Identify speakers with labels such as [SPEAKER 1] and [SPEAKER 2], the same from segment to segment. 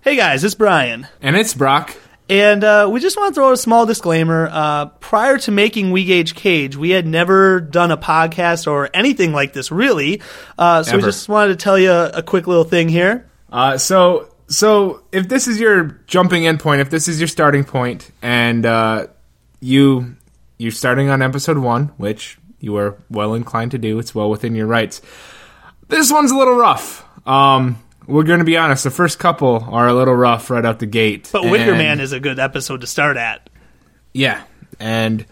[SPEAKER 1] Hey guys, it's Brian.
[SPEAKER 2] And it's Brock.
[SPEAKER 1] And uh, we just want to throw out a small disclaimer. Uh, prior to making We Gauge Cage, we had never done a podcast or anything like this, really. Uh, so we
[SPEAKER 2] Ever.
[SPEAKER 1] just wanted to tell you a quick little thing here.
[SPEAKER 2] Uh, so so if this is your jumping in point, if this is your starting point, and uh, you you're starting on episode one, which you are well inclined to do, it's well within your rights. This one's a little rough. Um, we're going to be honest. The first couple are a little rough right out the gate.
[SPEAKER 1] But Wicker
[SPEAKER 2] and-
[SPEAKER 1] Man is a good episode to start at.
[SPEAKER 2] Yeah, and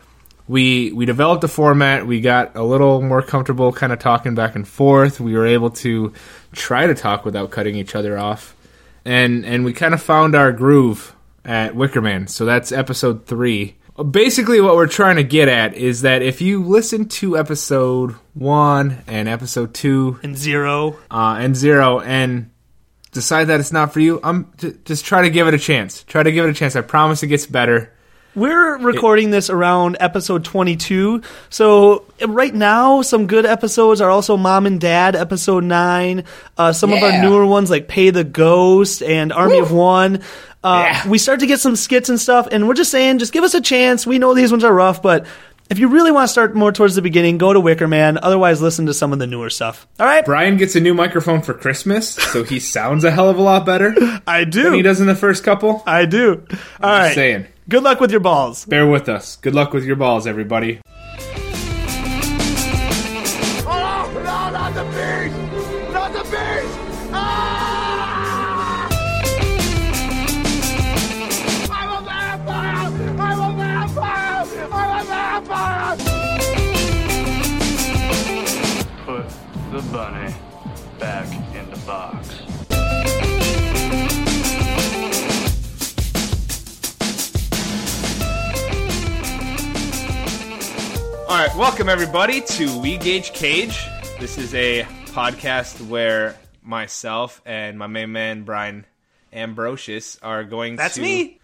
[SPEAKER 2] we we developed a format. We got a little more comfortable, kind of talking back and forth. We were able to try to talk without cutting each other off, and and we kind of found our groove at Wickerman. So that's episode three. Basically, what we're trying to get at is that if you listen to episode one and episode two
[SPEAKER 1] And Zero,
[SPEAKER 2] uh, and zero and decide that it's not for you, I'm j- just try to give it a chance. Try to give it a chance. I promise it gets better.
[SPEAKER 1] We're recording this around episode 22. So, right now, some good episodes are also Mom and Dad, episode 9. Uh, some of our
[SPEAKER 2] Yeah.
[SPEAKER 1] newer ones, like Pay the Ghost and Army of One. Uh, We start to get some skits and stuff, and we're just saying, just give us a chance. We know these ones are rough, but if you really want to start more towards the beginning, go to Wicker Man. Otherwise, listen to some of the newer stuff. All right?
[SPEAKER 2] Brian gets a new microphone for Christmas, so he sounds a hell of a lot better than
[SPEAKER 1] I do.
[SPEAKER 2] he does in the first couple.
[SPEAKER 1] I do. All
[SPEAKER 2] I'm
[SPEAKER 1] right.
[SPEAKER 2] just saying.
[SPEAKER 1] Good luck with your balls.
[SPEAKER 2] Bear with us. Good luck with your balls, everybody.
[SPEAKER 3] Oh no, not the bees! Not the bees! Ah! I'm a vampire! I'm a vampire! I'm a vampire!
[SPEAKER 4] Put the bunny back in the box.
[SPEAKER 2] All right, welcome everybody to We Gauge Cage. This is a podcast where myself and my main man Brian Ambrosius are going
[SPEAKER 1] That's
[SPEAKER 2] to
[SPEAKER 1] me.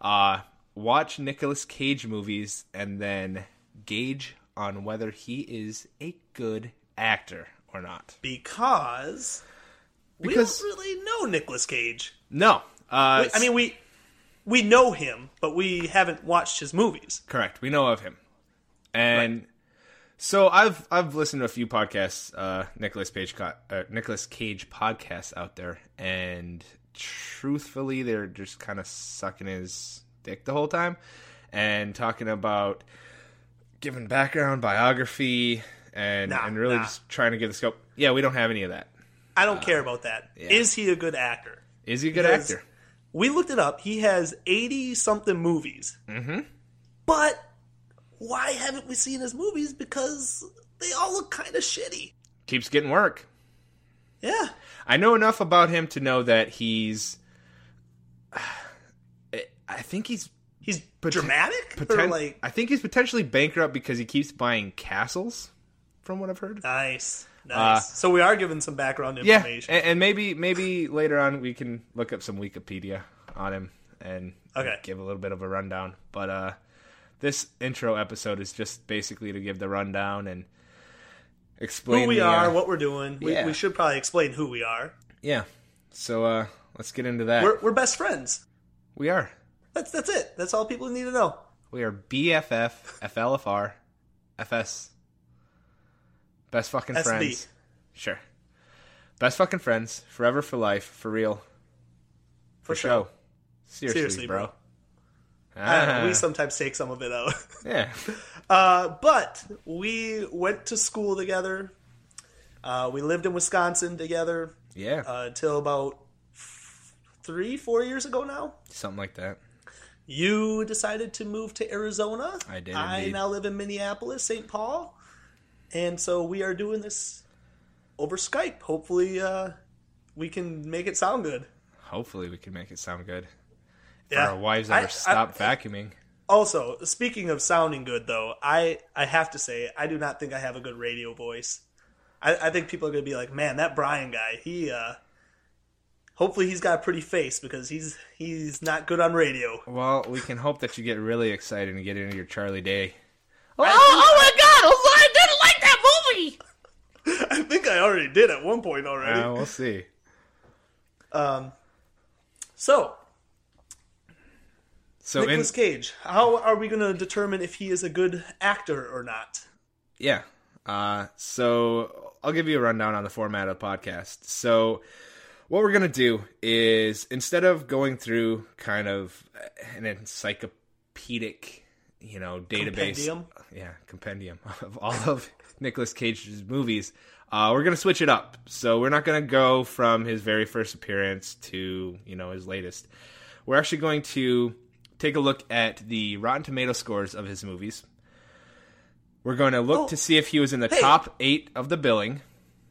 [SPEAKER 2] Uh, watch Nicolas Cage movies and then gauge on whether he is a good actor or not.
[SPEAKER 1] Because.
[SPEAKER 2] Because-
[SPEAKER 1] we don't really know Nicolas Cage.
[SPEAKER 2] No. Uh,
[SPEAKER 1] I mean, we we know him, but we haven't watched his movies.
[SPEAKER 2] Correct. We know of him. And so I've I've listened to a few podcasts, uh, Nicholas Page, co- uh, Nicholas Cage podcasts out there, and truthfully, they're just kind of sucking his dick the whole time and talking about giving background, biography, and
[SPEAKER 1] Nah,
[SPEAKER 2] and really
[SPEAKER 1] nah.
[SPEAKER 2] just trying to get the scope. Yeah, we don't have any of that.
[SPEAKER 1] I don't
[SPEAKER 2] Uh,
[SPEAKER 1] care about that. Is he a good actor?
[SPEAKER 2] Is he a good
[SPEAKER 1] Because-
[SPEAKER 2] actor?
[SPEAKER 1] We looked it up. He has eighty something movies. Mm-hmm. But why haven't we seen his movies? Because they all look kind of shitty.
[SPEAKER 2] Keeps getting work.
[SPEAKER 1] Yeah.
[SPEAKER 2] I know enough about him to know that he's. I think he's
[SPEAKER 1] He's
[SPEAKER 2] Poten-
[SPEAKER 1] dramatic, or
[SPEAKER 2] Poten-
[SPEAKER 1] like
[SPEAKER 2] I think he's potentially bankrupt because he keeps buying castles, from what I've heard.
[SPEAKER 1] nice, nice.
[SPEAKER 2] Uh,
[SPEAKER 1] so we are given some background
[SPEAKER 2] yeah,
[SPEAKER 1] information.
[SPEAKER 2] and, and maybe maybe later on we can look up some Wikipedia on him and
[SPEAKER 1] Okay.
[SPEAKER 2] give a little bit of a rundown. But uh, this intro episode is just basically to give the rundown and explain
[SPEAKER 1] who we
[SPEAKER 2] the, uh,
[SPEAKER 1] are, what we're doing.
[SPEAKER 2] yeah.
[SPEAKER 1] We, we should probably explain who we are.
[SPEAKER 2] yeah. So uh, let's get into that.
[SPEAKER 1] We're, we're best friends.
[SPEAKER 2] we are
[SPEAKER 1] That's that's it. That's all people need to know.
[SPEAKER 2] we are BFF FLFR FS best fucking
[SPEAKER 1] SB.
[SPEAKER 2] friends. Sure. Best fucking friends, forever for life, for real, for, show. Seriously,
[SPEAKER 1] Seriously,
[SPEAKER 2] bro.
[SPEAKER 1] bro. I don't know,
[SPEAKER 2] Ah,
[SPEAKER 1] Uh, we sometimes take some of it out.
[SPEAKER 2] yeah.
[SPEAKER 1] Uh, but we went to school together. Uh, we lived in Wisconsin together
[SPEAKER 2] Yeah.
[SPEAKER 1] uh, till about f- three, four years ago now.
[SPEAKER 2] Something like that.
[SPEAKER 1] You decided to move to Arizona.
[SPEAKER 2] I did
[SPEAKER 1] I
[SPEAKER 2] indeed.
[SPEAKER 1] now live in Minneapolis, St. Paul, and so we are doing this over Skype. Hopefully, uh, we can make it sound good.
[SPEAKER 2] Hopefully we can make it sound good.
[SPEAKER 1] Yeah,
[SPEAKER 2] Our wives
[SPEAKER 1] I-
[SPEAKER 2] ever
[SPEAKER 1] I-
[SPEAKER 2] stop vacuuming.
[SPEAKER 1] Also, speaking of sounding good, though, I I have to say I do not think I have a good radio voice. I, I think people are going to be like, "Man, that Brian guy, he uh, hopefully he's got a pretty face because he's he's not good on radio."
[SPEAKER 2] Well, we can hope that you get really excited and get into your Charlie Day.
[SPEAKER 1] I think I already did at one point already.
[SPEAKER 2] Uh, we'll see.
[SPEAKER 1] So,
[SPEAKER 2] So
[SPEAKER 1] Nicolas
[SPEAKER 2] in
[SPEAKER 1] Cage, how are we going to determine if he is a good actor or not?
[SPEAKER 2] yeah, uh, so I'll give you a rundown on the format of the podcast. So what we're gonna do is instead of going through kind of an encyclopedic, you know, database,
[SPEAKER 1] Compendium?
[SPEAKER 2] yeah, compendium of all of Nicolas Cage's movies. Uh, we're gonna switch it up, so we're not gonna go from his very first appearance to you know his latest. We're actually going to take a look at the Rotten Tomato scores of his movies. We're going to look
[SPEAKER 1] Oh.
[SPEAKER 2] to see if he was in the
[SPEAKER 1] Hey.
[SPEAKER 2] top eight of the billing,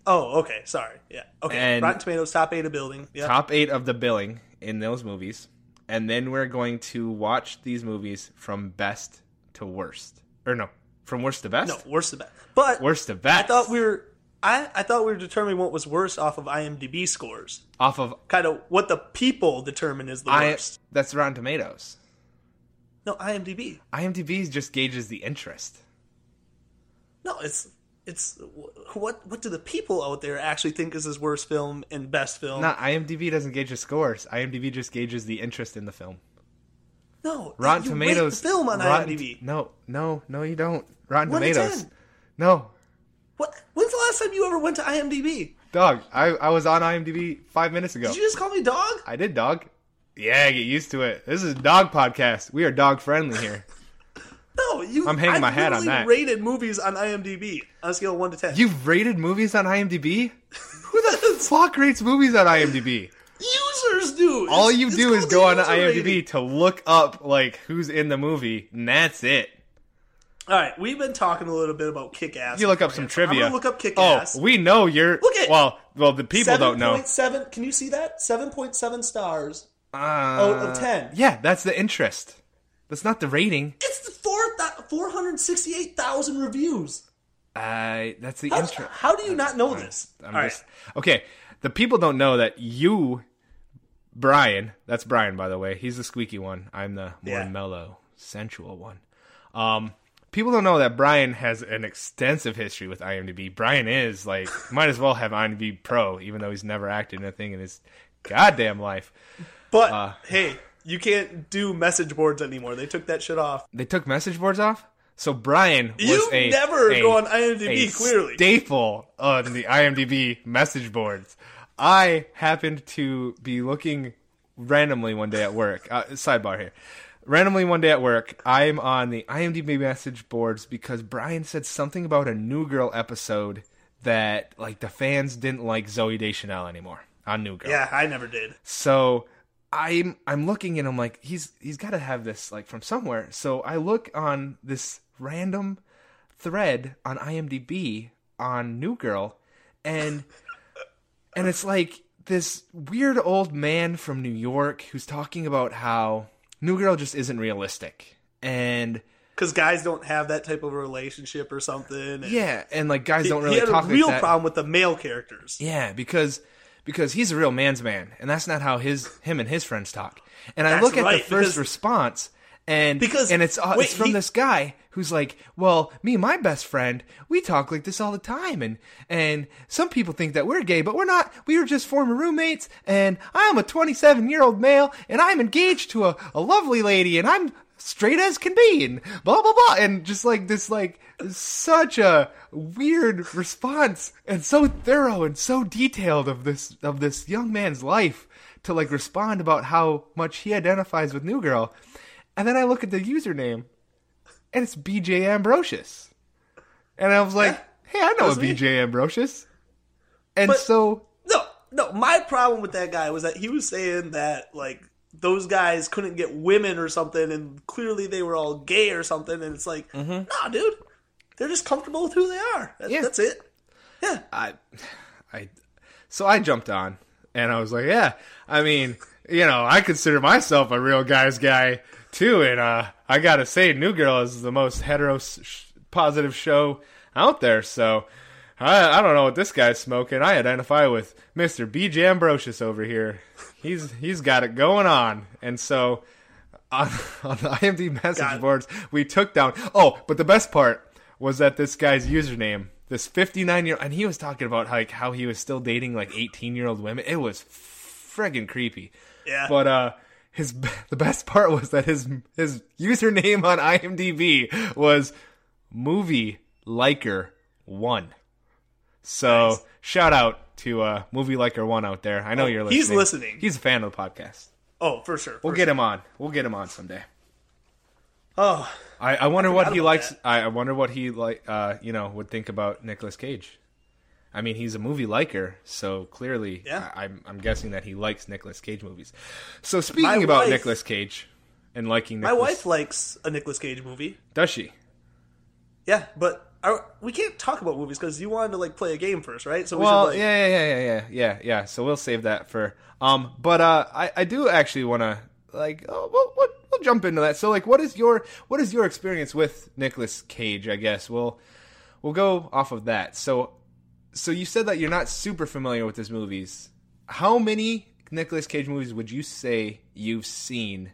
[SPEAKER 1] Oh, okay. Sorry. Yeah. Okay.
[SPEAKER 2] And-
[SPEAKER 1] Rotten Tomatoes top eight of building. Yeah.
[SPEAKER 2] top eight of the billing in those movies, and then we're going to watch these movies from best to worst, or no, from worst to best,
[SPEAKER 1] no, worst to best. But
[SPEAKER 2] worst to best.
[SPEAKER 1] I thought we were. I, I thought we were determining what was worse off of IMDb scores.
[SPEAKER 2] off of
[SPEAKER 1] Kind of what the people determine is the
[SPEAKER 2] I,
[SPEAKER 1] worst.
[SPEAKER 2] that's Rotten Tomatoes.
[SPEAKER 1] No, IMDb.
[SPEAKER 2] IMDb just gauges the interest.
[SPEAKER 1] No, it's it's wh- what what do the people out there actually think is his worst film and best film?
[SPEAKER 2] Not IMDb doesn't gauge the scores. IMDb just gauges the interest in the film.
[SPEAKER 1] no,
[SPEAKER 2] Rotten
[SPEAKER 1] you
[SPEAKER 2] Tomatoes
[SPEAKER 1] rate the film on
[SPEAKER 2] Rotten-
[SPEAKER 1] IMDb.
[SPEAKER 2] No, no, no, you don't. Rotten
[SPEAKER 1] One to
[SPEAKER 2] Tomatoes.
[SPEAKER 1] 10.
[SPEAKER 2] No,
[SPEAKER 1] What? When's the last time you ever went to IMDb?
[SPEAKER 2] dog. I, I was on IMDb five minutes ago.
[SPEAKER 1] Did you just call me dog?
[SPEAKER 2] I did, dog. Yeah, get used to it. This is a dog podcast. We are dog friendly here.
[SPEAKER 1] No, you.
[SPEAKER 2] I'm hanging
[SPEAKER 1] I
[SPEAKER 2] my hat on
[SPEAKER 1] literally
[SPEAKER 2] that.
[SPEAKER 1] Rated movies on IMDb on a scale of one to ten.
[SPEAKER 2] You've rated movies on IMDb? Who the fuck rates movies on IMDb?
[SPEAKER 1] users do.
[SPEAKER 2] all
[SPEAKER 1] It's-
[SPEAKER 2] you
[SPEAKER 1] it's
[SPEAKER 2] do is
[SPEAKER 1] called
[SPEAKER 2] go on
[SPEAKER 1] user
[SPEAKER 2] IMDb
[SPEAKER 1] rating.
[SPEAKER 2] to look up like who's in the movie, and that's it.
[SPEAKER 1] All right, we've been talking a little bit about Kick Ass.
[SPEAKER 2] You look up some trivia.
[SPEAKER 1] I'm gonna look up Kick Ass.
[SPEAKER 2] Oh, we know you're.
[SPEAKER 1] Look at-
[SPEAKER 2] well, well, the people don't know.
[SPEAKER 1] Seven. Can you see that? Seven point seven stars out
[SPEAKER 2] Uh,
[SPEAKER 1] of ten.
[SPEAKER 2] yeah, that's the interest. That's not the rating.
[SPEAKER 1] It's the four four hundred sixty eight thousand reviews.
[SPEAKER 2] Uh, that's the
[SPEAKER 1] How,
[SPEAKER 2] interest.
[SPEAKER 1] how do you not know this?
[SPEAKER 2] I'm
[SPEAKER 1] All right.
[SPEAKER 2] just okay. The people don't know that you, Brian. That's Brian, by the way. He's the squeaky one. I'm the more
[SPEAKER 1] Yeah.
[SPEAKER 2] mellow, sensual one. Um, people don't know that Brian has an extensive history with IMDb. Brian is like might as well have IMDb Pro, even though he's never acted in a thing in his goddamn life.
[SPEAKER 1] But
[SPEAKER 2] uh,
[SPEAKER 1] hey, you can't do message boards anymore. They took that shit off.
[SPEAKER 2] They took message boards off. So Brian was
[SPEAKER 1] You
[SPEAKER 2] a-
[SPEAKER 1] never
[SPEAKER 2] a-
[SPEAKER 1] go on
[SPEAKER 2] a
[SPEAKER 1] IMDb. Clearly,
[SPEAKER 2] staple on the IMDb message boards. I happened to be looking randomly one day at work. Uh, sidebar here. Randomly one day at work, I'm on the IMDb message boards because Brian said something about a New Girl episode that like the fans didn't like Zoe Deschanel anymore on New Girl.
[SPEAKER 1] yeah, I never did.
[SPEAKER 2] So I'm I'm looking and I'm like, he's he's got to have this like from somewhere. So I look on this random thread on IMDb on New Girl, and and it's like this weird old man from New York who's talking about how New Girl just isn't realistic and.
[SPEAKER 1] Because guys don't have that type of relationship or something. and
[SPEAKER 2] Yeah, and like guys
[SPEAKER 1] he-
[SPEAKER 2] don't
[SPEAKER 1] he
[SPEAKER 2] really
[SPEAKER 1] had
[SPEAKER 2] talk
[SPEAKER 1] a
[SPEAKER 2] like
[SPEAKER 1] real
[SPEAKER 2] that.
[SPEAKER 1] problem with the male characters.
[SPEAKER 2] Yeah, because because he's a real man's man, and that's not how his him and his friends talk. And I
[SPEAKER 1] That's
[SPEAKER 2] look at
[SPEAKER 1] right,
[SPEAKER 2] the first
[SPEAKER 1] because-
[SPEAKER 2] response, and
[SPEAKER 1] Because-
[SPEAKER 2] and it's uh,
[SPEAKER 1] wait,
[SPEAKER 2] it's from
[SPEAKER 1] he-
[SPEAKER 2] this guy who's like, "Well, me and my best friend, we talk like this all the time, and and some people think that we're gay, but we're not. We were just former roommates, and I'm a 27 year old male, and I'm engaged to a, a lovely lady, and I'm." Straight as can be, and blah blah blah, and just like this, like such a weird response and so thorough and so detailed of this of this young man's life to like respond about how much he identifies with New Girl. And then I look at the username and it's BJ Ambrosius. And I was like, hey, I know a
[SPEAKER 1] was me.
[SPEAKER 2] BJ Ambrosius. And
[SPEAKER 1] But-
[SPEAKER 2] so
[SPEAKER 1] No, no. My problem with that guy was that he was saying that like those guys couldn't get women or something, and clearly they were all gay or something. And it's like, nah, dude, they're just comfortable with who they are. That,
[SPEAKER 2] Mm-hmm. Yeah.
[SPEAKER 1] That's it. Yeah.
[SPEAKER 2] I, I, so I jumped on and I was like, yeah, I mean, you know, I consider myself a real guy's guy too. And, uh, I gotta say, New Girl is the most hetero s- sh- positive show out there. So I, I don't know what this guy's smoking. I identify with Mr. BJ Ambrosius over here. He's, he's got it going on. And so, on, on the IMDb message
[SPEAKER 1] Got it.
[SPEAKER 2] boards, we took down. Oh, but the best part was that this guy's username, this 59 year, and he was talking about like how he was still dating like 18 year old women. It was friggin' creepy.
[SPEAKER 1] Yeah.
[SPEAKER 2] But uh, his b- the best part was that his his username on IMDb was movie liker one. So
[SPEAKER 1] Nice. Oh,
[SPEAKER 2] shout out to uh, movie liker one out there. I know you're listening.
[SPEAKER 1] he's listening.
[SPEAKER 2] He's a fan of the podcast.
[SPEAKER 1] Oh, for sure.
[SPEAKER 2] We'll get him on. We'll get him on someday.
[SPEAKER 1] Oh,
[SPEAKER 2] I, I wonder what he
[SPEAKER 1] about
[SPEAKER 2] likes.
[SPEAKER 1] that.
[SPEAKER 2] I, I wonder what he like. Uh, you know, would think about Nicolas Cage. I mean, he's a movie liker, so clearly,
[SPEAKER 1] Yeah.
[SPEAKER 2] I, am I'm guessing that he likes Nicolas Cage movies. So speaking
[SPEAKER 1] My
[SPEAKER 2] about
[SPEAKER 1] wife-
[SPEAKER 2] Nicolas Cage and liking
[SPEAKER 1] my
[SPEAKER 2] Nicolas,
[SPEAKER 1] wife likes a Nicolas Cage movie.
[SPEAKER 2] does she?
[SPEAKER 1] Yeah, but are, we can't talk about movies because you wanted to like play a game first, right? So we
[SPEAKER 2] Well,
[SPEAKER 1] should like,
[SPEAKER 2] yeah, yeah, yeah, yeah, yeah, yeah. So we'll save that for. Um, but uh, I I do actually want to like oh, we'll, we'll we'll jump into that. So like, what is your what is your experience with Nicolas Cage? I guess we'll we'll go off of that. So so you said that you're not super familiar with his movies. How many Nicolas Cage movies would you say you've seen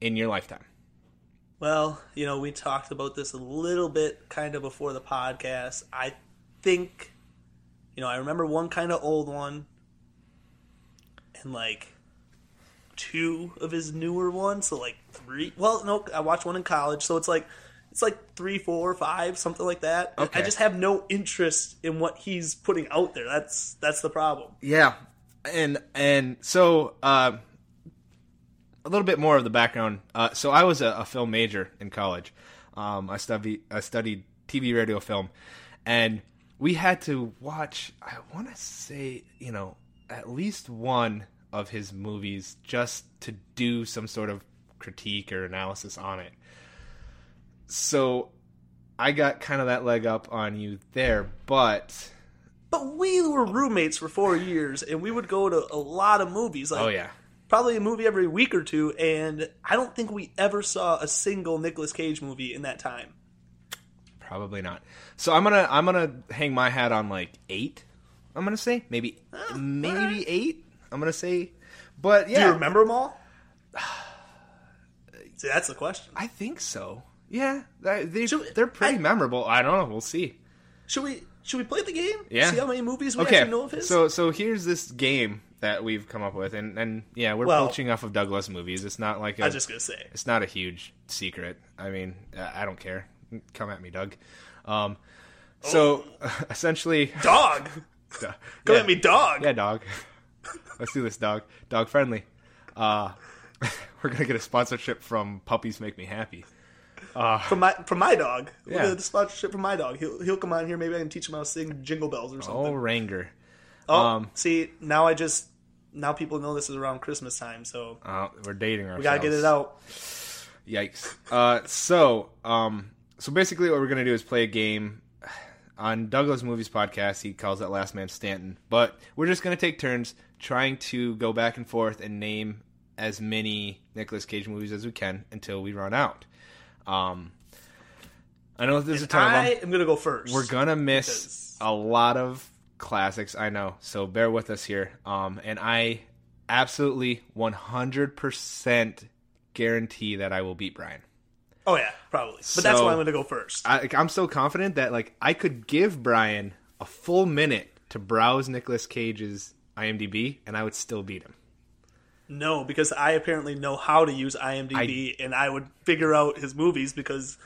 [SPEAKER 2] in your lifetime?
[SPEAKER 1] Well, you know, we talked about this a little bit kind of before the podcast. I think, you know, I remember one kind of old one and like two of his newer ones. So like three. Well, no, I watched one in college. So it's like, it's like three, four, five, something like that.
[SPEAKER 2] Okay.
[SPEAKER 1] I just have no interest in what he's putting out there. That's that's the problem.
[SPEAKER 2] Yeah, and and so uh, a little bit more of the background. Uh, so I was a, a film major in college. Um, I studied I studied TV, radio, film, and we had to watch. I want to say you know at least one of his movies just to do some sort of critique or analysis on it. So I got kind of that leg up on you there, but
[SPEAKER 1] But we were roommates for four years, and we would go to a lot of movies. Like,
[SPEAKER 2] oh yeah.
[SPEAKER 1] probably a movie every week or two, and I don't think we ever saw a single Nicolas Cage movie in that time.
[SPEAKER 2] Probably not. So I'm gonna I'm gonna hang my hat on like eight. I'm gonna say maybe maybe
[SPEAKER 1] Oh, alright.
[SPEAKER 2] eight. I'm gonna say, but
[SPEAKER 1] Do
[SPEAKER 2] yeah,
[SPEAKER 1] you remember them all? See, that's the question.
[SPEAKER 2] I think so. Yeah, they they-
[SPEAKER 1] Should-
[SPEAKER 2] they're pretty
[SPEAKER 1] I-
[SPEAKER 2] memorable. I don't know. We'll see.
[SPEAKER 1] Should we should we play the game?
[SPEAKER 2] Yeah.
[SPEAKER 1] See how many movies we
[SPEAKER 2] Okay,
[SPEAKER 1] actually know of his.
[SPEAKER 2] so so here's this game that we've come up with, and and yeah, we're
[SPEAKER 1] Well-
[SPEAKER 2] poaching off of Douglas movies. It's not like
[SPEAKER 1] I
[SPEAKER 2] a,
[SPEAKER 1] was just gonna say.
[SPEAKER 2] it's not a huge secret. I mean, uh, I don't care. Come at me, Doug. Um, so essentially,
[SPEAKER 1] Dog!
[SPEAKER 2] come
[SPEAKER 1] Go at me, dog!
[SPEAKER 2] Yeah, dog. Let's do this, dog. Dog friendly. Uh, we're gonna get a sponsorship from Puppies Make Me Happy.
[SPEAKER 1] From my from my dog. Look
[SPEAKER 2] Yeah.
[SPEAKER 1] at the sponsorship from my dog. He'll he'll come on here, maybe I can teach him how to sing jingle bells or
[SPEAKER 2] Oh,
[SPEAKER 1] something.
[SPEAKER 2] Ranger.
[SPEAKER 1] Oh,
[SPEAKER 2] um,
[SPEAKER 1] see, now I just now people know this is around Christmas time, so
[SPEAKER 2] Uh, we're dating ourselves.
[SPEAKER 1] we gotta get it out.
[SPEAKER 2] Yikes. Uh, so, um, so basically, what we're gonna do is play a game on Douglas Movies podcast. He calls that Last Man Stanton, but we're just gonna take turns trying to go back and forth and name as many Nicolas Cage movies as we can until we run out. Um, I know that there's a ton of them.
[SPEAKER 1] I am gonna go first.
[SPEAKER 2] We're gonna miss
[SPEAKER 1] Because-
[SPEAKER 2] a lot of classics. I know, so bear with us here. Um, and I absolutely 100% guarantee that I will beat Brian.
[SPEAKER 1] Oh yeah, probably. But that's
[SPEAKER 2] So-
[SPEAKER 1] why I'm gonna go first.
[SPEAKER 2] I, like, I'm so confident that like I could give Brian a full minute to browse Nicolas Cage's IMDb, and I would still beat him.
[SPEAKER 1] No, because I apparently know how to use IMDb, and I would figure out his movies because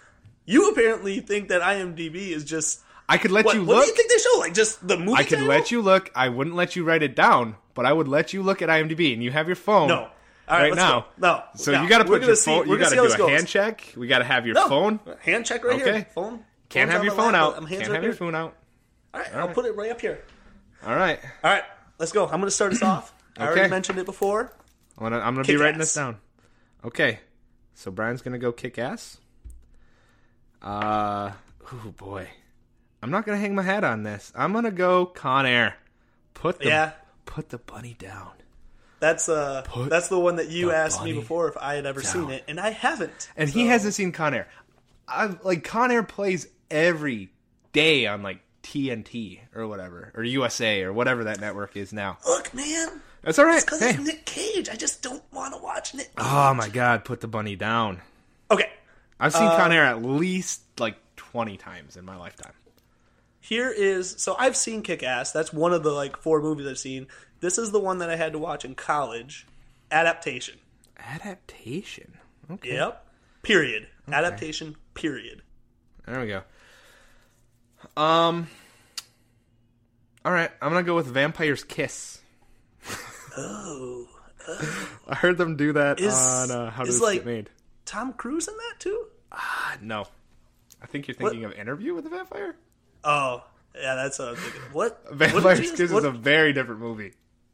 [SPEAKER 1] you apparently think that IMDb is just.
[SPEAKER 2] I could let
[SPEAKER 1] What,
[SPEAKER 2] you
[SPEAKER 1] what
[SPEAKER 2] look.
[SPEAKER 1] do you think they show? Like just the movie.
[SPEAKER 2] I could
[SPEAKER 1] title?
[SPEAKER 2] let you look. I wouldn't let you write it down, but I would let you look at IMDb, and you have your phone.
[SPEAKER 1] No. All right, let's
[SPEAKER 2] now.
[SPEAKER 1] go. No.
[SPEAKER 2] So
[SPEAKER 1] No.
[SPEAKER 2] you got to
[SPEAKER 1] We're
[SPEAKER 2] put
[SPEAKER 1] gonna
[SPEAKER 2] your
[SPEAKER 1] see-
[SPEAKER 2] phone.
[SPEAKER 1] we're
[SPEAKER 2] You
[SPEAKER 1] gonna
[SPEAKER 2] got to
[SPEAKER 1] see
[SPEAKER 2] do
[SPEAKER 1] how
[SPEAKER 2] a
[SPEAKER 1] this goes.
[SPEAKER 2] hand check. We got to have your
[SPEAKER 1] No.
[SPEAKER 2] phone.
[SPEAKER 1] Hand check right
[SPEAKER 2] Okay.
[SPEAKER 1] here. Phone.
[SPEAKER 2] Can't
[SPEAKER 1] Phone's
[SPEAKER 2] have
[SPEAKER 1] on
[SPEAKER 2] your
[SPEAKER 1] my
[SPEAKER 2] phone
[SPEAKER 1] lap.
[SPEAKER 2] out.
[SPEAKER 1] I'm hands
[SPEAKER 2] Can't
[SPEAKER 1] right
[SPEAKER 2] have your
[SPEAKER 1] here.
[SPEAKER 2] phone out.
[SPEAKER 1] All right, I'll put it right up here.
[SPEAKER 2] All right.
[SPEAKER 1] All right, let's go. I'm gonna start us off. I
[SPEAKER 2] Okay.
[SPEAKER 1] already mentioned it before.
[SPEAKER 2] I'm gonna, I'm gonna be
[SPEAKER 1] Kick
[SPEAKER 2] writing
[SPEAKER 1] ass.
[SPEAKER 2] this down. Okay. So Brian's gonna go kick ass. Uh. Oh boy. I'm not gonna hang my hat on this. I'm gonna go Con Air. Put the
[SPEAKER 1] Yeah.
[SPEAKER 2] put the bunny down.
[SPEAKER 1] That's uh,
[SPEAKER 2] Put
[SPEAKER 1] that's the one that you
[SPEAKER 2] the
[SPEAKER 1] asked me
[SPEAKER 2] bunny
[SPEAKER 1] before if I had ever seen
[SPEAKER 2] down.
[SPEAKER 1] it, and I haven't.
[SPEAKER 2] and he hasn't seen Con Air. I've like Con Air plays every day on like TNT or whatever or USA or whatever that network is now.
[SPEAKER 1] Look, man,
[SPEAKER 2] That's all right.
[SPEAKER 1] because
[SPEAKER 2] Hey.
[SPEAKER 1] it's Nick Cage. I just don't want to watch Nick.
[SPEAKER 2] Oh my God! Put the bunny down.
[SPEAKER 1] Okay,
[SPEAKER 2] I've seen Con
[SPEAKER 1] Uh,
[SPEAKER 2] Air at least like twenty times in my lifetime.
[SPEAKER 1] here is so I've seen Kick Ass. That's one of the like four movies I've seen. This is the one that I had to watch in college. Adaptation.
[SPEAKER 2] Adaptation. Okay.
[SPEAKER 1] Yep. Period. Adaptation. Period.
[SPEAKER 2] There we go. Um. All right, I'm gonna go with Vampire's Kiss.
[SPEAKER 1] Oh,
[SPEAKER 2] I heard them do that
[SPEAKER 1] Is-
[SPEAKER 2] on uh, How Did
[SPEAKER 1] is
[SPEAKER 2] This
[SPEAKER 1] like-
[SPEAKER 2] Get Made?
[SPEAKER 1] Tom Cruise in that too?
[SPEAKER 2] Ah, no. I think you're thinking of Interview with the Vampire.
[SPEAKER 1] Oh, yeah, that's what I'm thinking. What? what did you
[SPEAKER 2] Vampire's
[SPEAKER 1] just-
[SPEAKER 2] Kiss is
[SPEAKER 1] what-
[SPEAKER 2] a very different movie.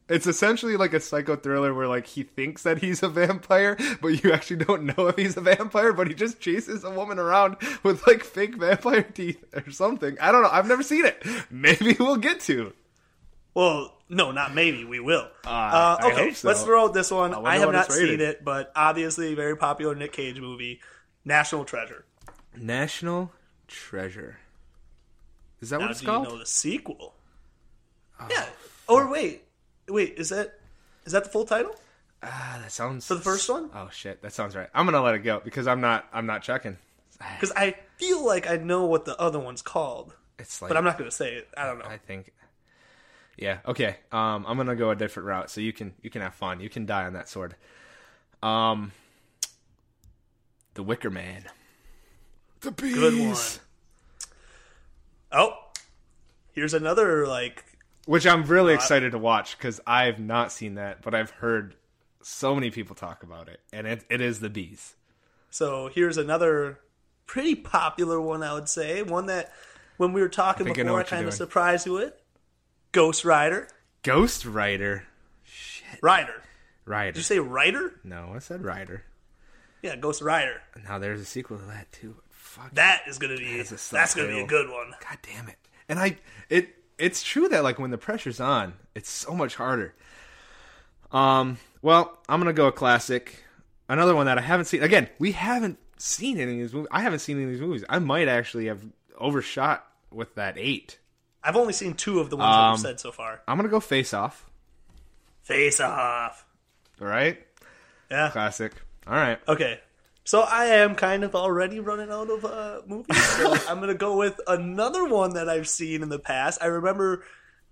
[SPEAKER 2] It's essentially like a psycho thriller where like he thinks that he's a vampire, but you actually don't know if he's a vampire, but he just chases a woman around with like fake vampire teeth or something. I don't know. I've never seen it. Maybe we'll get to.
[SPEAKER 1] Well, no, not maybe. We will. Uh,
[SPEAKER 2] Ah, I
[SPEAKER 1] okay,
[SPEAKER 2] hope so.
[SPEAKER 1] let's throw out this one.
[SPEAKER 2] wonder
[SPEAKER 1] I, have
[SPEAKER 2] what
[SPEAKER 1] not
[SPEAKER 2] it's rated.
[SPEAKER 1] seen it, but obviously, very popular Nick Cage movie, National Treasure.
[SPEAKER 2] National Treasure. Is that
[SPEAKER 1] Now,
[SPEAKER 2] what
[SPEAKER 1] do
[SPEAKER 2] it's
[SPEAKER 1] you
[SPEAKER 2] called? Oh,
[SPEAKER 1] know the sequel? yeah. Or wait, wait, is that is that the full title?
[SPEAKER 2] Ah, that sounds
[SPEAKER 1] For the first one?
[SPEAKER 2] Oh shit, that sounds right. I'm gonna let it go because I'm not I'm not checking.
[SPEAKER 1] Because I feel like I know what the other one's called,
[SPEAKER 2] It's like
[SPEAKER 1] but I'm not going to say it. I don't know.
[SPEAKER 2] I think. Yeah. Okay. Um, I'm gonna go a different route, so you can you can have fun. You can die on that sword. Um, the Wicker Man. The bees.
[SPEAKER 1] Good one. Oh, here's another like
[SPEAKER 2] Which I'm really excited to watch because I've not seen that, but I've heard so many people talk about it, and it, it is the bees.
[SPEAKER 1] So here's another pretty popular one, I would say. One that when we were talking
[SPEAKER 2] think I know
[SPEAKER 1] before,
[SPEAKER 2] what
[SPEAKER 1] I,
[SPEAKER 2] you're
[SPEAKER 1] kind of
[SPEAKER 2] doing.
[SPEAKER 1] surprised you with Ghost Rider.
[SPEAKER 2] Ghost Rider.
[SPEAKER 1] Rider. Did
[SPEAKER 2] Rider.
[SPEAKER 1] you say Rider?
[SPEAKER 2] no, I said Rider.
[SPEAKER 1] Yeah, Ghost Rider.
[SPEAKER 2] Now there's a sequel to that too. but Fuck
[SPEAKER 1] That is gonna be
[SPEAKER 2] That's a
[SPEAKER 1] that's gonna be a
[SPEAKER 2] subtitle.
[SPEAKER 1] good one.
[SPEAKER 2] God damn it. And I it it's true that like when the pressure's on, it's so much harder. Um well, I'm gonna go a classic. Another one that I haven't seen again, we haven't seen any of these movies. I haven't seen any of these movies. I might actually have overshot with that eight.
[SPEAKER 1] I've only seen two of the ones that
[SPEAKER 2] Um,
[SPEAKER 1] we've said so far.
[SPEAKER 2] I'm gonna go face off.
[SPEAKER 1] Face Off.
[SPEAKER 2] Alright?
[SPEAKER 1] Yeah.
[SPEAKER 2] Classic. Alright.
[SPEAKER 1] Okay. So I am kind of already running out of uh, movies. So I'm gonna go with another one that I've seen in the past. I remember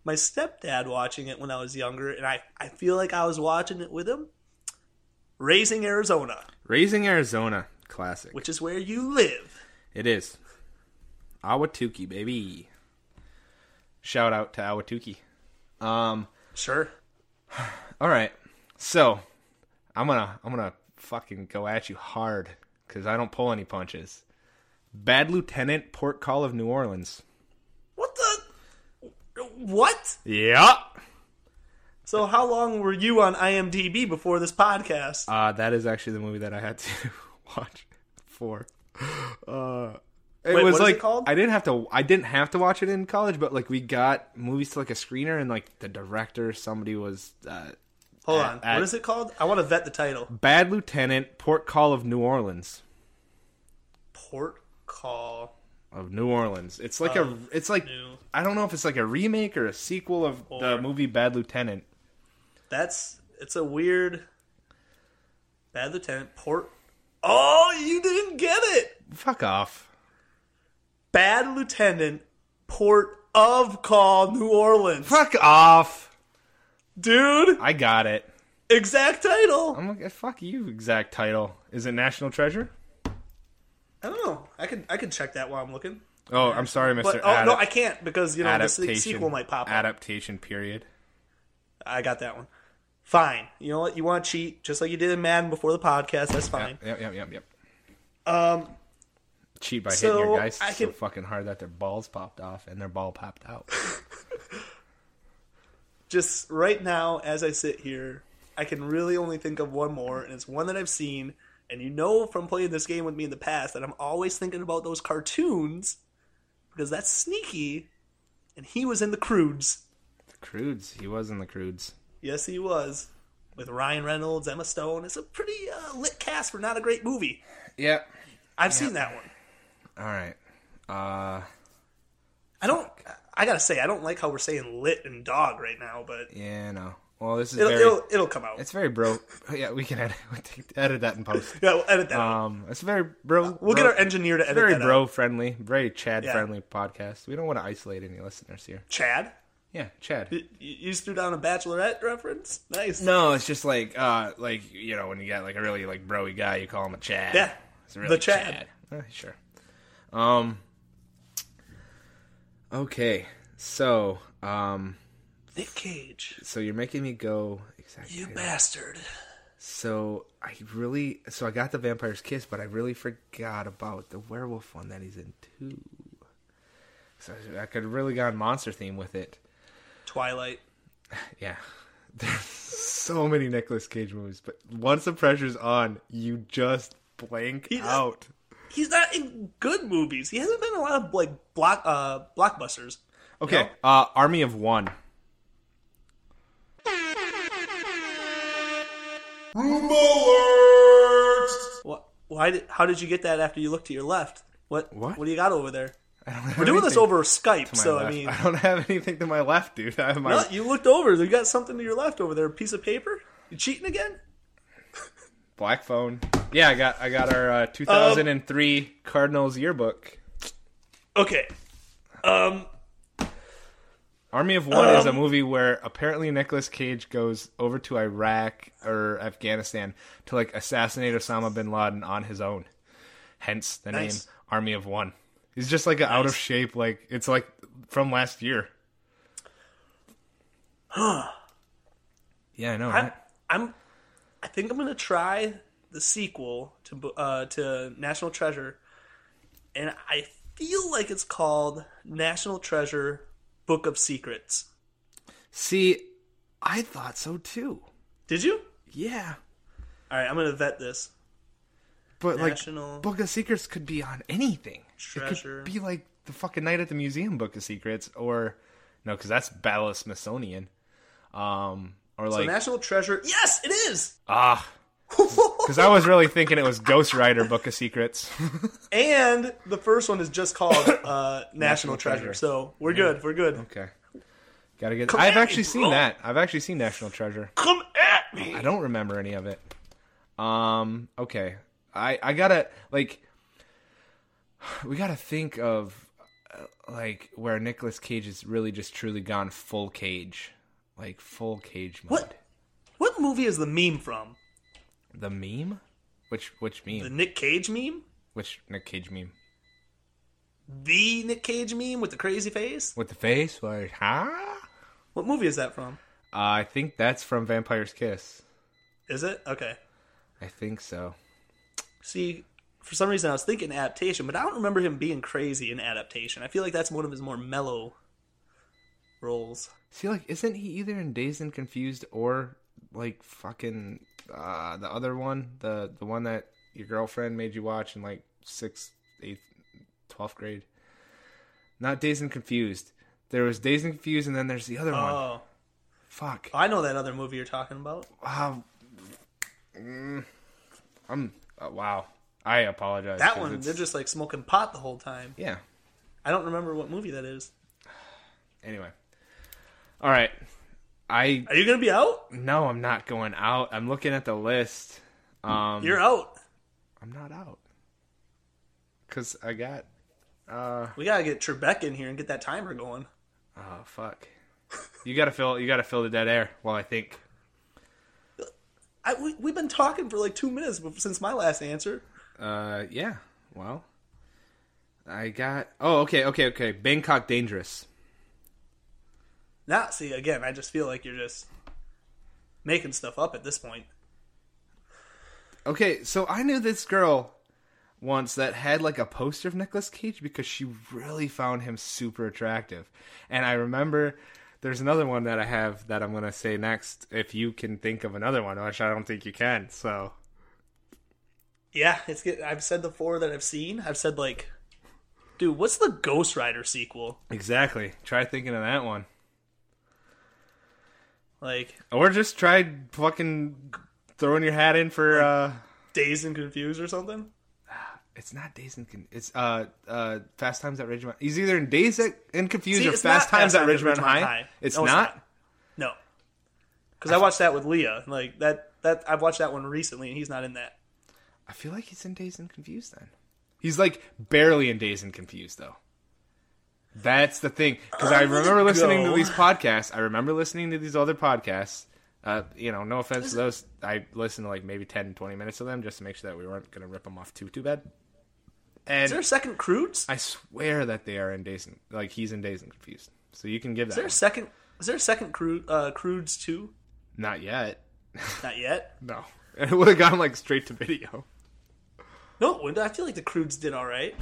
[SPEAKER 1] my stepdad watching it when I was younger, and I, I feel like I was watching it with him. Raising Arizona,
[SPEAKER 2] Raising Arizona. Classic.
[SPEAKER 1] which is where you live.
[SPEAKER 2] It is. Awatuki, baby. Shout out to Awatuki. Um
[SPEAKER 1] Sure.
[SPEAKER 2] All right. So, I'm going to I'm going to fucking go at you hard cuz I don't pull any punches. Bad Lieutenant Port Call of New Orleans.
[SPEAKER 1] What the? What?
[SPEAKER 2] Yeah.
[SPEAKER 1] So how long were you on IMDb before this podcast?
[SPEAKER 2] Uh that is actually the movie that I had to watch for. Uh it was
[SPEAKER 1] Wait, what is it
[SPEAKER 2] like
[SPEAKER 1] called?
[SPEAKER 2] I didn't have to I didn't have to watch it in college, but like we got movies to like a screener and like the director somebody was uh
[SPEAKER 1] Hold
[SPEAKER 2] I-
[SPEAKER 1] on.
[SPEAKER 2] I-
[SPEAKER 1] what is it called? I want to vet the title.
[SPEAKER 2] Bad Lieutenant Port Call of New Orleans.
[SPEAKER 1] Port Call.
[SPEAKER 2] of New Orleans. It's like a it's like
[SPEAKER 1] New-
[SPEAKER 2] I don't know if it's like a remake or a sequel of
[SPEAKER 1] Or-
[SPEAKER 2] the movie Bad Lieutenant.
[SPEAKER 1] That's it's a weird bad lieutenant port. Oh, you didn't get it.
[SPEAKER 2] Fuck off.
[SPEAKER 1] Bad lieutenant port of call New Orleans,
[SPEAKER 2] Fuck off.
[SPEAKER 1] dude.
[SPEAKER 2] I got it.
[SPEAKER 1] Exact title.
[SPEAKER 2] I'm like eh, fuck you exact title. Is it National Treasure?
[SPEAKER 1] I don't know. I can I can check that while I'm looking.
[SPEAKER 2] Oh, I'm sorry, Mr.
[SPEAKER 1] But oh
[SPEAKER 2] Adap-
[SPEAKER 1] no, I can't because you know the se-
[SPEAKER 2] adaptation
[SPEAKER 1] sequel might pop up.
[SPEAKER 2] Adaptation period.
[SPEAKER 1] I got that one. Fine. You know what? You want to cheat just like you did in Madden before the podcast. That's fine.
[SPEAKER 2] Yep, yep, yep, yep. Um cheat by
[SPEAKER 1] so
[SPEAKER 2] hitting your guys
[SPEAKER 1] I
[SPEAKER 2] so
[SPEAKER 1] can-
[SPEAKER 2] fucking hard that their balls popped off and their ball popped out.
[SPEAKER 1] just right now as I sit here, I can really only think of one more, and it's one that I've seen. And you know from playing this game with me in the past that I'm always thinking about those cartoons because that's sneaky. And he was in the Croods.
[SPEAKER 2] the Crudes. He was in the Crudes.
[SPEAKER 1] Yes, he was. With Ryan Reynolds, Emma Stone. It's a pretty uh, lit cast for not a great movie.
[SPEAKER 2] Yep.
[SPEAKER 1] I've seen that one.
[SPEAKER 2] All right. Uh
[SPEAKER 1] I don't. I gotta say, I don't like how we're saying lit and dog right now, but
[SPEAKER 2] Yeah, no. Well, this is
[SPEAKER 1] it'll
[SPEAKER 2] very.
[SPEAKER 1] it'll, it'll come out.
[SPEAKER 2] It's very bro. yeah, we can edit, we take- edit that in post.
[SPEAKER 1] Yeah, we'll edit that. out.
[SPEAKER 2] Um, it's very bro.
[SPEAKER 1] we'll
[SPEAKER 2] bro-
[SPEAKER 1] get our engineer to edit
[SPEAKER 2] Very
[SPEAKER 1] that. out.
[SPEAKER 2] bro friendly, very Chad
[SPEAKER 1] Yeah.
[SPEAKER 2] friendly podcast. We don't want to isolate any listeners here.
[SPEAKER 1] Chad.
[SPEAKER 2] Yeah, Chad.
[SPEAKER 1] You, you just threw down a bachelorette reference. Nice.
[SPEAKER 2] No, it's just like uh like you know, when you got like a really like broy guy, you call him a Chad.
[SPEAKER 1] Yeah.
[SPEAKER 2] It's really
[SPEAKER 1] The Chad.
[SPEAKER 2] Eh, sure. Um Okay. So, um
[SPEAKER 1] Nick Cage,
[SPEAKER 2] so you're making me go exactly.
[SPEAKER 1] you bastard.
[SPEAKER 2] So I really so I got the vampire's kiss, but I really forgot about the werewolf one that he's in too. So I could have really gone monster theme with it.
[SPEAKER 1] Twilight.
[SPEAKER 2] Yeah. There's so many Nicolas Cage movies, but once the pressure's on, you just blank
[SPEAKER 1] He-
[SPEAKER 2] out.
[SPEAKER 1] He's not in good movies. He hasn't been in a lot of like block uh blockbusters.
[SPEAKER 2] Okay, uh, Army of One.
[SPEAKER 1] What? Why? Did, how did you get that after you looked to your left? What?
[SPEAKER 2] What?
[SPEAKER 1] What do you got over there?
[SPEAKER 2] We're
[SPEAKER 1] We're doing this over Skype, so I mean,
[SPEAKER 2] I don't have anything to my left, dude. I have my.
[SPEAKER 1] no, you looked over. You got something to your left over there. A piece of paper. You cheating again?
[SPEAKER 2] black phone. Yeah, I got I got our uh, 2003 Cardinals yearbook.
[SPEAKER 1] Okay. Um.
[SPEAKER 2] Army of One is a movie where apparently Nicolas Cage goes over to Iraq or Afghanistan to like assassinate Osama bin Laden on his own. Hence the
[SPEAKER 1] Nice.
[SPEAKER 2] name Army of One. It's just like an out of shape like it's like from last year. yeah, I know.
[SPEAKER 1] I'm,
[SPEAKER 2] Right?
[SPEAKER 1] I'm I think I'm gonna try the sequel to bu- uh, to National Treasure, and I feel like it's called National Treasure Book of Secrets.
[SPEAKER 2] See, I thought so too.
[SPEAKER 1] Did you?
[SPEAKER 2] Yeah.
[SPEAKER 1] All right, I'm gonna vet this.
[SPEAKER 2] But
[SPEAKER 1] National-
[SPEAKER 2] like, Book of Secrets could be on anything.
[SPEAKER 1] Treasure.
[SPEAKER 2] It could be like the fucking Night at the Museum Book of Secrets, or no, because that's Battle of Smithsonian. Um, or
[SPEAKER 1] So
[SPEAKER 2] like
[SPEAKER 1] National Treasure. Yes, it is.
[SPEAKER 2] ah, because I was really thinking it was Ghost Rider Book of Secrets.
[SPEAKER 1] and the first one is just called uh, National, Treasure.
[SPEAKER 2] Treasure.
[SPEAKER 1] So we're good. We're good.
[SPEAKER 2] okay, gotta get.
[SPEAKER 1] Come
[SPEAKER 2] I've
[SPEAKER 1] at me,
[SPEAKER 2] actually seen
[SPEAKER 1] bro.
[SPEAKER 2] that. I've actually seen National Treasure.
[SPEAKER 1] Come at me.
[SPEAKER 2] I don't remember any of it. Um, okay, I I gotta like, we gotta think of uh, like where Nicolas Cage is really just truly gone full cage, like full cage mode.
[SPEAKER 1] What? What movie is the meme from?
[SPEAKER 2] The meme? Which which meme?
[SPEAKER 1] The Nick Cage meme?
[SPEAKER 2] which Nick Cage meme?
[SPEAKER 1] The Nick Cage meme with the crazy face?
[SPEAKER 2] With the face? Like, huh?
[SPEAKER 1] What movie is that from?
[SPEAKER 2] Uh, I think that's from Vampire's Kiss.
[SPEAKER 1] Is it? Okay.
[SPEAKER 2] I think so.
[SPEAKER 1] See, for some reason I was thinking adaptation, but I don't remember him being crazy in adaptation. I feel like that's one of his more mellow roles.
[SPEAKER 2] See, like, isn't he either in Dazed and Confused or like fucking uh, the other one, the the one that your girlfriend made you watch in like sixth, eighth, twelfth grade? Not Dazed and Confused. There was Dazed and Confused, and then there's the other one.
[SPEAKER 1] Oh,
[SPEAKER 2] Fuck.
[SPEAKER 1] I know that other movie you're talking about.
[SPEAKER 2] Uh, mm, I'm uh, wow. I apologize.
[SPEAKER 1] That
[SPEAKER 2] 'cause
[SPEAKER 1] one,
[SPEAKER 2] it's-
[SPEAKER 1] they're just like smoking pot the whole time.
[SPEAKER 2] yeah.
[SPEAKER 1] I don't remember what movie that is.
[SPEAKER 2] Anyway, all right. I
[SPEAKER 1] Are you gonna be out?
[SPEAKER 2] no, I'm not going out. I'm looking at the list. Um,
[SPEAKER 1] You're out.
[SPEAKER 2] I'm not out. Cause I got
[SPEAKER 1] We gotta get Trebek in here and get that timer going.
[SPEAKER 2] oh fuck. You gotta fill you gotta fill the dead air while I think.
[SPEAKER 1] I, we, we've been talking for like two minutes bef- since my last answer.
[SPEAKER 2] Uh yeah. Well I got oh okay, okay, okay. Bangkok Dangerous.
[SPEAKER 1] Now, see, again, I just feel like you're just making stuff up at this point.
[SPEAKER 2] Okay, so I knew this girl once that had like a poster of Nicolas Cage because she really found him super attractive. And I remember there's another one that I have that I'm going to say next if you can think of another one, which I don't think you can. So,
[SPEAKER 1] Yeah, it's get, I've said the four that I've seen. I've said like, dude, what's the Ghost Rider sequel?
[SPEAKER 2] exactly. Try thinking of that one.
[SPEAKER 1] Like
[SPEAKER 2] Or just try fucking throwing your hat in for uh
[SPEAKER 1] Dazed and Confused or something?
[SPEAKER 2] it's not Dazed and Con- it's uh uh Fast Times at Ridgemont. He's either in Dazed and Confused
[SPEAKER 1] See,
[SPEAKER 2] or
[SPEAKER 1] it's
[SPEAKER 2] Fast
[SPEAKER 1] not
[SPEAKER 2] Times at Ridgemont, High. It's,
[SPEAKER 1] No,
[SPEAKER 2] not?
[SPEAKER 1] No, because I watched that with Leah. Like that. That I've watched that one recently, and he's not in that.
[SPEAKER 2] I feel like he's in Dazed and Confused then. He's like barely in Dazed and Confused though. That's the thing. Because I
[SPEAKER 1] I'm gonna
[SPEAKER 2] remember listening to
[SPEAKER 1] go.
[SPEAKER 2] these podcasts. I remember listening to these other podcasts. Uh, you know, no offense to those. I listened to like maybe 10, 20 minutes of them just to make sure that we weren't going to rip them off too, too bad.
[SPEAKER 1] Is there a
[SPEAKER 2] And
[SPEAKER 1] second Croods?
[SPEAKER 2] I swear that they are in Days and, like, he's in Days and Confused. So you can give that.
[SPEAKER 1] Is there a
[SPEAKER 2] one.
[SPEAKER 1] second? Is there a second Crude, uh, Crudes two?
[SPEAKER 2] Not yet.
[SPEAKER 1] Not yet.
[SPEAKER 2] No. It would have gone, like, straight to video.
[SPEAKER 1] No, when- I feel like the Crudes did all right.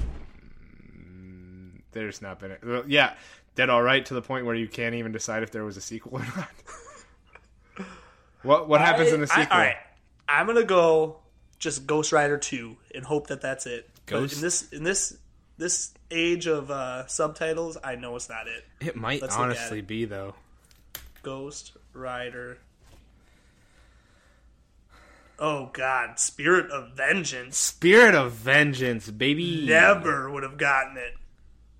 [SPEAKER 2] There's not been. A, well, yeah. Did all right to the point where you can't even decide if there was a sequel or not. what what happens in the
[SPEAKER 1] I- I-
[SPEAKER 2] sequel?
[SPEAKER 1] all right, I'm gonna go just Ghost Rider two and hope that that's it. But
[SPEAKER 2] Ghost-
[SPEAKER 1] in this in this this age of uh, subtitles, I know it's not it.
[SPEAKER 2] It might
[SPEAKER 1] Let's look at
[SPEAKER 2] honestly
[SPEAKER 1] it.
[SPEAKER 2] be though.
[SPEAKER 1] Ghost Rider. Oh God, Spirit of Vengeance
[SPEAKER 2] Spirit of vengeance, baby.
[SPEAKER 1] never would have gotten it.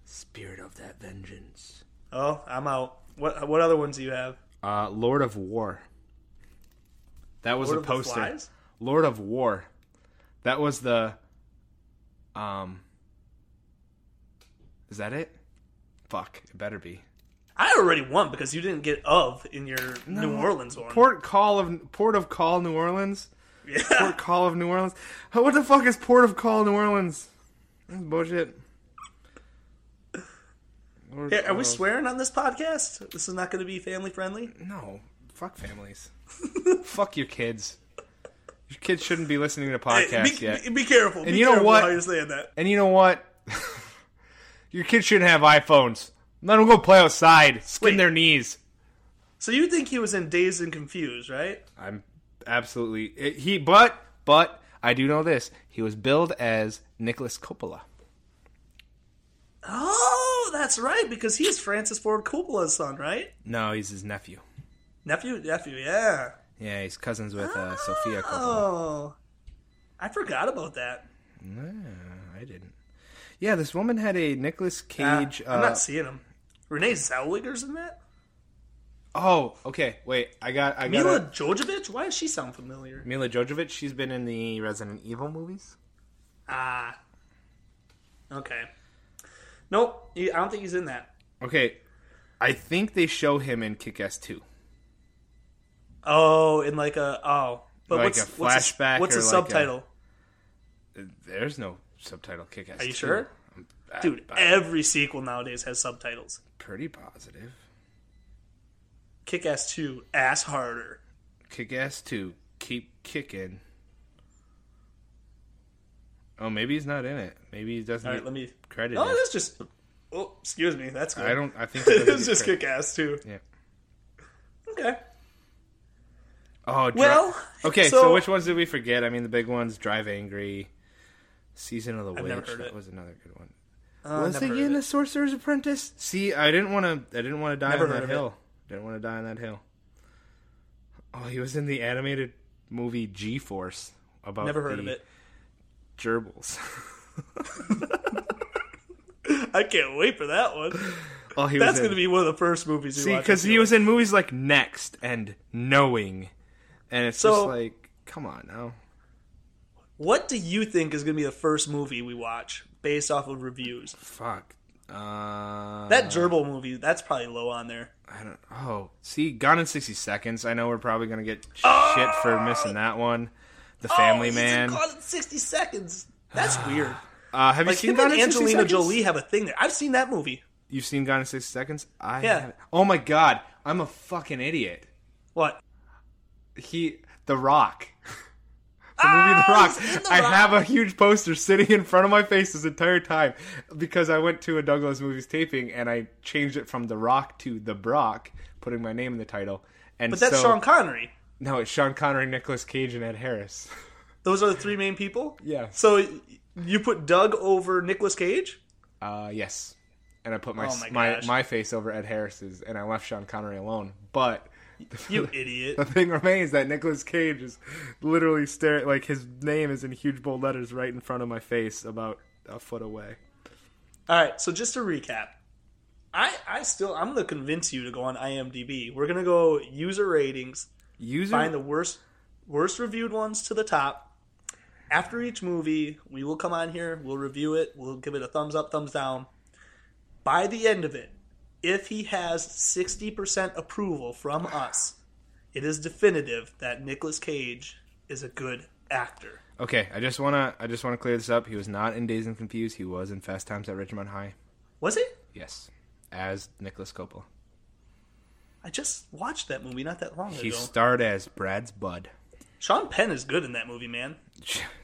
[SPEAKER 2] Spirit of that vengeance.
[SPEAKER 1] Oh, I'm out. What what other ones do you have?
[SPEAKER 2] Uh, Lord of War. That was
[SPEAKER 1] Lord
[SPEAKER 2] a
[SPEAKER 1] of the
[SPEAKER 2] poster.
[SPEAKER 1] Flies?
[SPEAKER 2] Lord of War. That was the. Um. Is that it? Fuck! It better be.
[SPEAKER 1] I already won because you didn't get of in your New Orleans one.
[SPEAKER 2] Port Call of Port of Call, New Orleans.
[SPEAKER 1] yeah.
[SPEAKER 2] Port Call of New Orleans. How- What the fuck is Port of Call, New Orleans? That's bullshit. Lord
[SPEAKER 1] Here, Are we
[SPEAKER 2] of-
[SPEAKER 1] swearing on this podcast? This is not going to be family friendly.
[SPEAKER 2] No, fuck families. fuck your kids. Your kids shouldn't be listening to
[SPEAKER 1] Hey,
[SPEAKER 2] podcasts
[SPEAKER 1] be,
[SPEAKER 2] yet.
[SPEAKER 1] be- be careful. be
[SPEAKER 2] you know
[SPEAKER 1] careful
[SPEAKER 2] what?
[SPEAKER 1] How you're saying that?
[SPEAKER 2] and you know what? your kids shouldn't have iPhones. Let them go play outside, skin
[SPEAKER 1] Wait.
[SPEAKER 2] their knees.
[SPEAKER 1] So you think he was in Dazed and Confused, right?
[SPEAKER 2] I'm absolutely it- he. But but I do know this. He was billed as Nicholas Coppola.
[SPEAKER 1] Oh, that's right, because he's Francis Ford Coppola's son, right?
[SPEAKER 2] No, he's his nephew.
[SPEAKER 1] Nephew, nephew, yeah.
[SPEAKER 2] Yeah, he's cousins with uh, Sophia Coppola.
[SPEAKER 1] Oh, I forgot about that.
[SPEAKER 2] I didn't. Yeah, this woman had a Nicholas
[SPEAKER 1] Ah,
[SPEAKER 2] Cage.
[SPEAKER 1] I'm
[SPEAKER 2] uh,
[SPEAKER 1] not seeing him. Renee Zellweger's in that.
[SPEAKER 2] oh, okay. Wait, I got. I got.
[SPEAKER 1] Mila
[SPEAKER 2] it.
[SPEAKER 1] Jojovic. Why does she sound familiar?
[SPEAKER 2] Mila Jojovic, she's been in the Resident Evil movies.
[SPEAKER 1] Ah, okay. Nope, he- I don't think he's in that.
[SPEAKER 2] Okay. I think they show him in Kick Ass 2.
[SPEAKER 1] Oh, in like a oh, but
[SPEAKER 2] Like
[SPEAKER 1] what's
[SPEAKER 2] a
[SPEAKER 1] what's
[SPEAKER 2] flashback
[SPEAKER 1] What's
[SPEAKER 2] or
[SPEAKER 1] a
[SPEAKER 2] like a-
[SPEAKER 1] subtitle?
[SPEAKER 2] There's no subtitle Kick Ass
[SPEAKER 1] Are you
[SPEAKER 2] 2.
[SPEAKER 1] sure?
[SPEAKER 2] I-
[SPEAKER 1] Dude,
[SPEAKER 2] I'm
[SPEAKER 1] every sequel nowadays has subtitles.
[SPEAKER 2] pretty positive.
[SPEAKER 1] Kick Ass 2, Ass Harder.
[SPEAKER 2] Kick Ass 2, keep kicking. Oh, maybe he's not in it. Maybe he doesn't
[SPEAKER 1] All
[SPEAKER 2] get
[SPEAKER 1] right, let me.
[SPEAKER 2] credited.
[SPEAKER 1] No, that's just. Oh, excuse me. That's good.
[SPEAKER 2] I don't. I think he doesn't
[SPEAKER 1] it's
[SPEAKER 2] get
[SPEAKER 1] just
[SPEAKER 2] credit.
[SPEAKER 1] Kick Ass 2.
[SPEAKER 2] Yeah.
[SPEAKER 1] Okay.
[SPEAKER 2] Oh, dri-
[SPEAKER 1] Well,
[SPEAKER 2] Okay, so,
[SPEAKER 1] so-
[SPEAKER 2] which ones did we forget? I mean, the big ones: Drive Angry, Season of the Witch.
[SPEAKER 1] never heard
[SPEAKER 2] that
[SPEAKER 1] it.
[SPEAKER 2] was another good one.
[SPEAKER 1] Uh,
[SPEAKER 2] was
[SPEAKER 1] never
[SPEAKER 2] it
[SPEAKER 1] heard
[SPEAKER 2] you in
[SPEAKER 1] of
[SPEAKER 2] the Sorcerer's Apprentice? See, I didn't want to. I didn't want to die
[SPEAKER 1] Never
[SPEAKER 2] on
[SPEAKER 1] heard
[SPEAKER 2] that
[SPEAKER 1] of it.
[SPEAKER 2] hill. Didn't want to die on that hill. Oh, he was in the animated movie G Force about
[SPEAKER 1] Never heard
[SPEAKER 2] the
[SPEAKER 1] of it.
[SPEAKER 2] Gerbils.
[SPEAKER 1] I can't wait for that one.
[SPEAKER 2] oh, he
[SPEAKER 1] That's
[SPEAKER 2] was
[SPEAKER 1] going to be one of the first movies you
[SPEAKER 2] see
[SPEAKER 1] watch. I
[SPEAKER 2] because he
[SPEAKER 1] feel
[SPEAKER 2] was in movies like Next and Knowing, and it's
[SPEAKER 1] So-
[SPEAKER 2] just like, come on now.
[SPEAKER 1] like. What do you think is going to be the first movie we watch based off of reviews?
[SPEAKER 2] Fuck. Uh,
[SPEAKER 1] That gerbil movie, that's probably low on there.
[SPEAKER 2] I don't. Oh, see, Gone in sixty seconds. I know we're probably gonna get shit for missing that one. The Family
[SPEAKER 1] oh,
[SPEAKER 2] Man.
[SPEAKER 1] He's in Gone in 60 Seconds. That's weird.
[SPEAKER 2] Uh, have
[SPEAKER 1] Like,
[SPEAKER 2] you seen
[SPEAKER 1] him
[SPEAKER 2] Gone
[SPEAKER 1] and
[SPEAKER 2] in 60
[SPEAKER 1] Angelina
[SPEAKER 2] Seconds?
[SPEAKER 1] Jolie have a thing there. I've seen that movie.
[SPEAKER 2] You've seen Gone in sixty seconds? I
[SPEAKER 1] Yeah.
[SPEAKER 2] haven't. Oh my god, I'm a fucking idiot.
[SPEAKER 1] What?
[SPEAKER 2] He, The Rock. The movie
[SPEAKER 1] Ah,
[SPEAKER 2] The Rock.
[SPEAKER 1] he's in The
[SPEAKER 2] I
[SPEAKER 1] Rock.
[SPEAKER 2] have a huge poster sitting in front of my face this entire time because I went to a Douglas movies taping and I changed it from The Rock to The Brock, putting my name in the title. And
[SPEAKER 1] But that's
[SPEAKER 2] so,
[SPEAKER 1] Sean Connery.
[SPEAKER 2] No, it's Sean Connery, Nicolas Cage, and Ed Harris.
[SPEAKER 1] Those are the three main people?
[SPEAKER 2] Yeah.
[SPEAKER 1] So you put Doug over Nicolas Cage?
[SPEAKER 2] Uh, yes. And I put my
[SPEAKER 1] Oh my
[SPEAKER 2] my, my
[SPEAKER 1] gosh.
[SPEAKER 2] face over Ed Harris's, and I left Sean Connery alone. But
[SPEAKER 1] You idiot.
[SPEAKER 2] the thing remains that Nicolas Cage is literally staring like his name is in huge bold letters right in front of my face, about a foot away.
[SPEAKER 1] All right, so just to recap. I, I still I'm gonna convince you to go on IMDb. We're gonna go user ratings,
[SPEAKER 2] User
[SPEAKER 1] find the worst worst reviewed ones to the top. After each movie, we will come on here, we'll review it, we'll give it a thumbs up, thumbs down. by the end of it, if he has 60% approval from us, it is definitive that Nicolas Cage is a good actor.
[SPEAKER 2] Okay, I just wanna I just wanna clear this up. He was not in Days and Confused. He was in Fast Times at Richmond High.
[SPEAKER 1] Was it?
[SPEAKER 2] Yes, as Nicholas Coppola.
[SPEAKER 1] I just watched that movie not that long
[SPEAKER 2] He
[SPEAKER 1] ago.
[SPEAKER 2] starred as Brad's bud.
[SPEAKER 1] Sean Penn is good in that movie, man.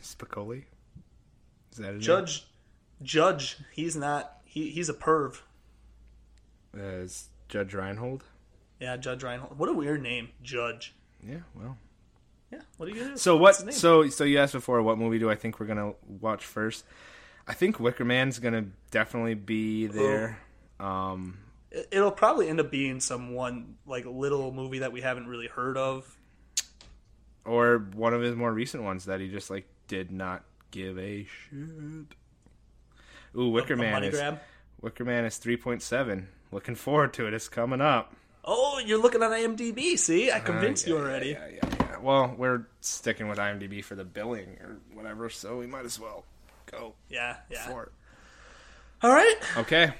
[SPEAKER 2] Spicoli. Is that his
[SPEAKER 1] Judge, Judge, he's not. He, he's a perv.
[SPEAKER 2] name? As Judge Reinhold.
[SPEAKER 1] Yeah, Judge Reinhold. What a weird name, Judge.
[SPEAKER 2] Yeah, well.
[SPEAKER 1] Yeah, what are you gonna do?
[SPEAKER 2] So
[SPEAKER 1] What's his
[SPEAKER 2] what?
[SPEAKER 1] name?
[SPEAKER 2] So so you asked before what movie do I think we're gonna watch first? I think Wicker Man's gonna definitely be there. Um,
[SPEAKER 1] It- it'll probably end up being some one like little movie that we haven't really heard of. Oh.
[SPEAKER 2] or one of his more recent ones that he just like did not give a shit. Ooh, Wicker
[SPEAKER 1] A
[SPEAKER 2] Man
[SPEAKER 1] money
[SPEAKER 2] is
[SPEAKER 1] grab.
[SPEAKER 2] Wicker Man is three point seven. Looking forward to it. It's coming up.
[SPEAKER 1] Oh, you're looking on IMDb. See, I convinced you already.
[SPEAKER 2] Uh, Yeah, yeah, yeah. Well, we're sticking with IMDb for the billing or whatever, so we might as well go
[SPEAKER 1] Yeah, yeah.
[SPEAKER 2] for
[SPEAKER 1] All right.
[SPEAKER 2] it. Okay.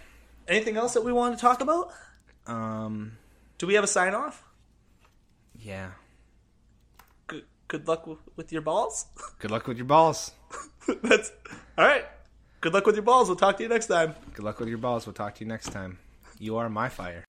[SPEAKER 1] Anything else that we want to talk about?
[SPEAKER 2] Um.
[SPEAKER 1] Do we have a sign off?
[SPEAKER 2] Yeah.
[SPEAKER 1] Good, good luck w- with your balls.
[SPEAKER 2] Good luck with your balls.
[SPEAKER 1] That's all right. Good luck with your balls. We'll talk to you next time.
[SPEAKER 2] Good luck with your balls. We'll talk to you next time. You are my fire.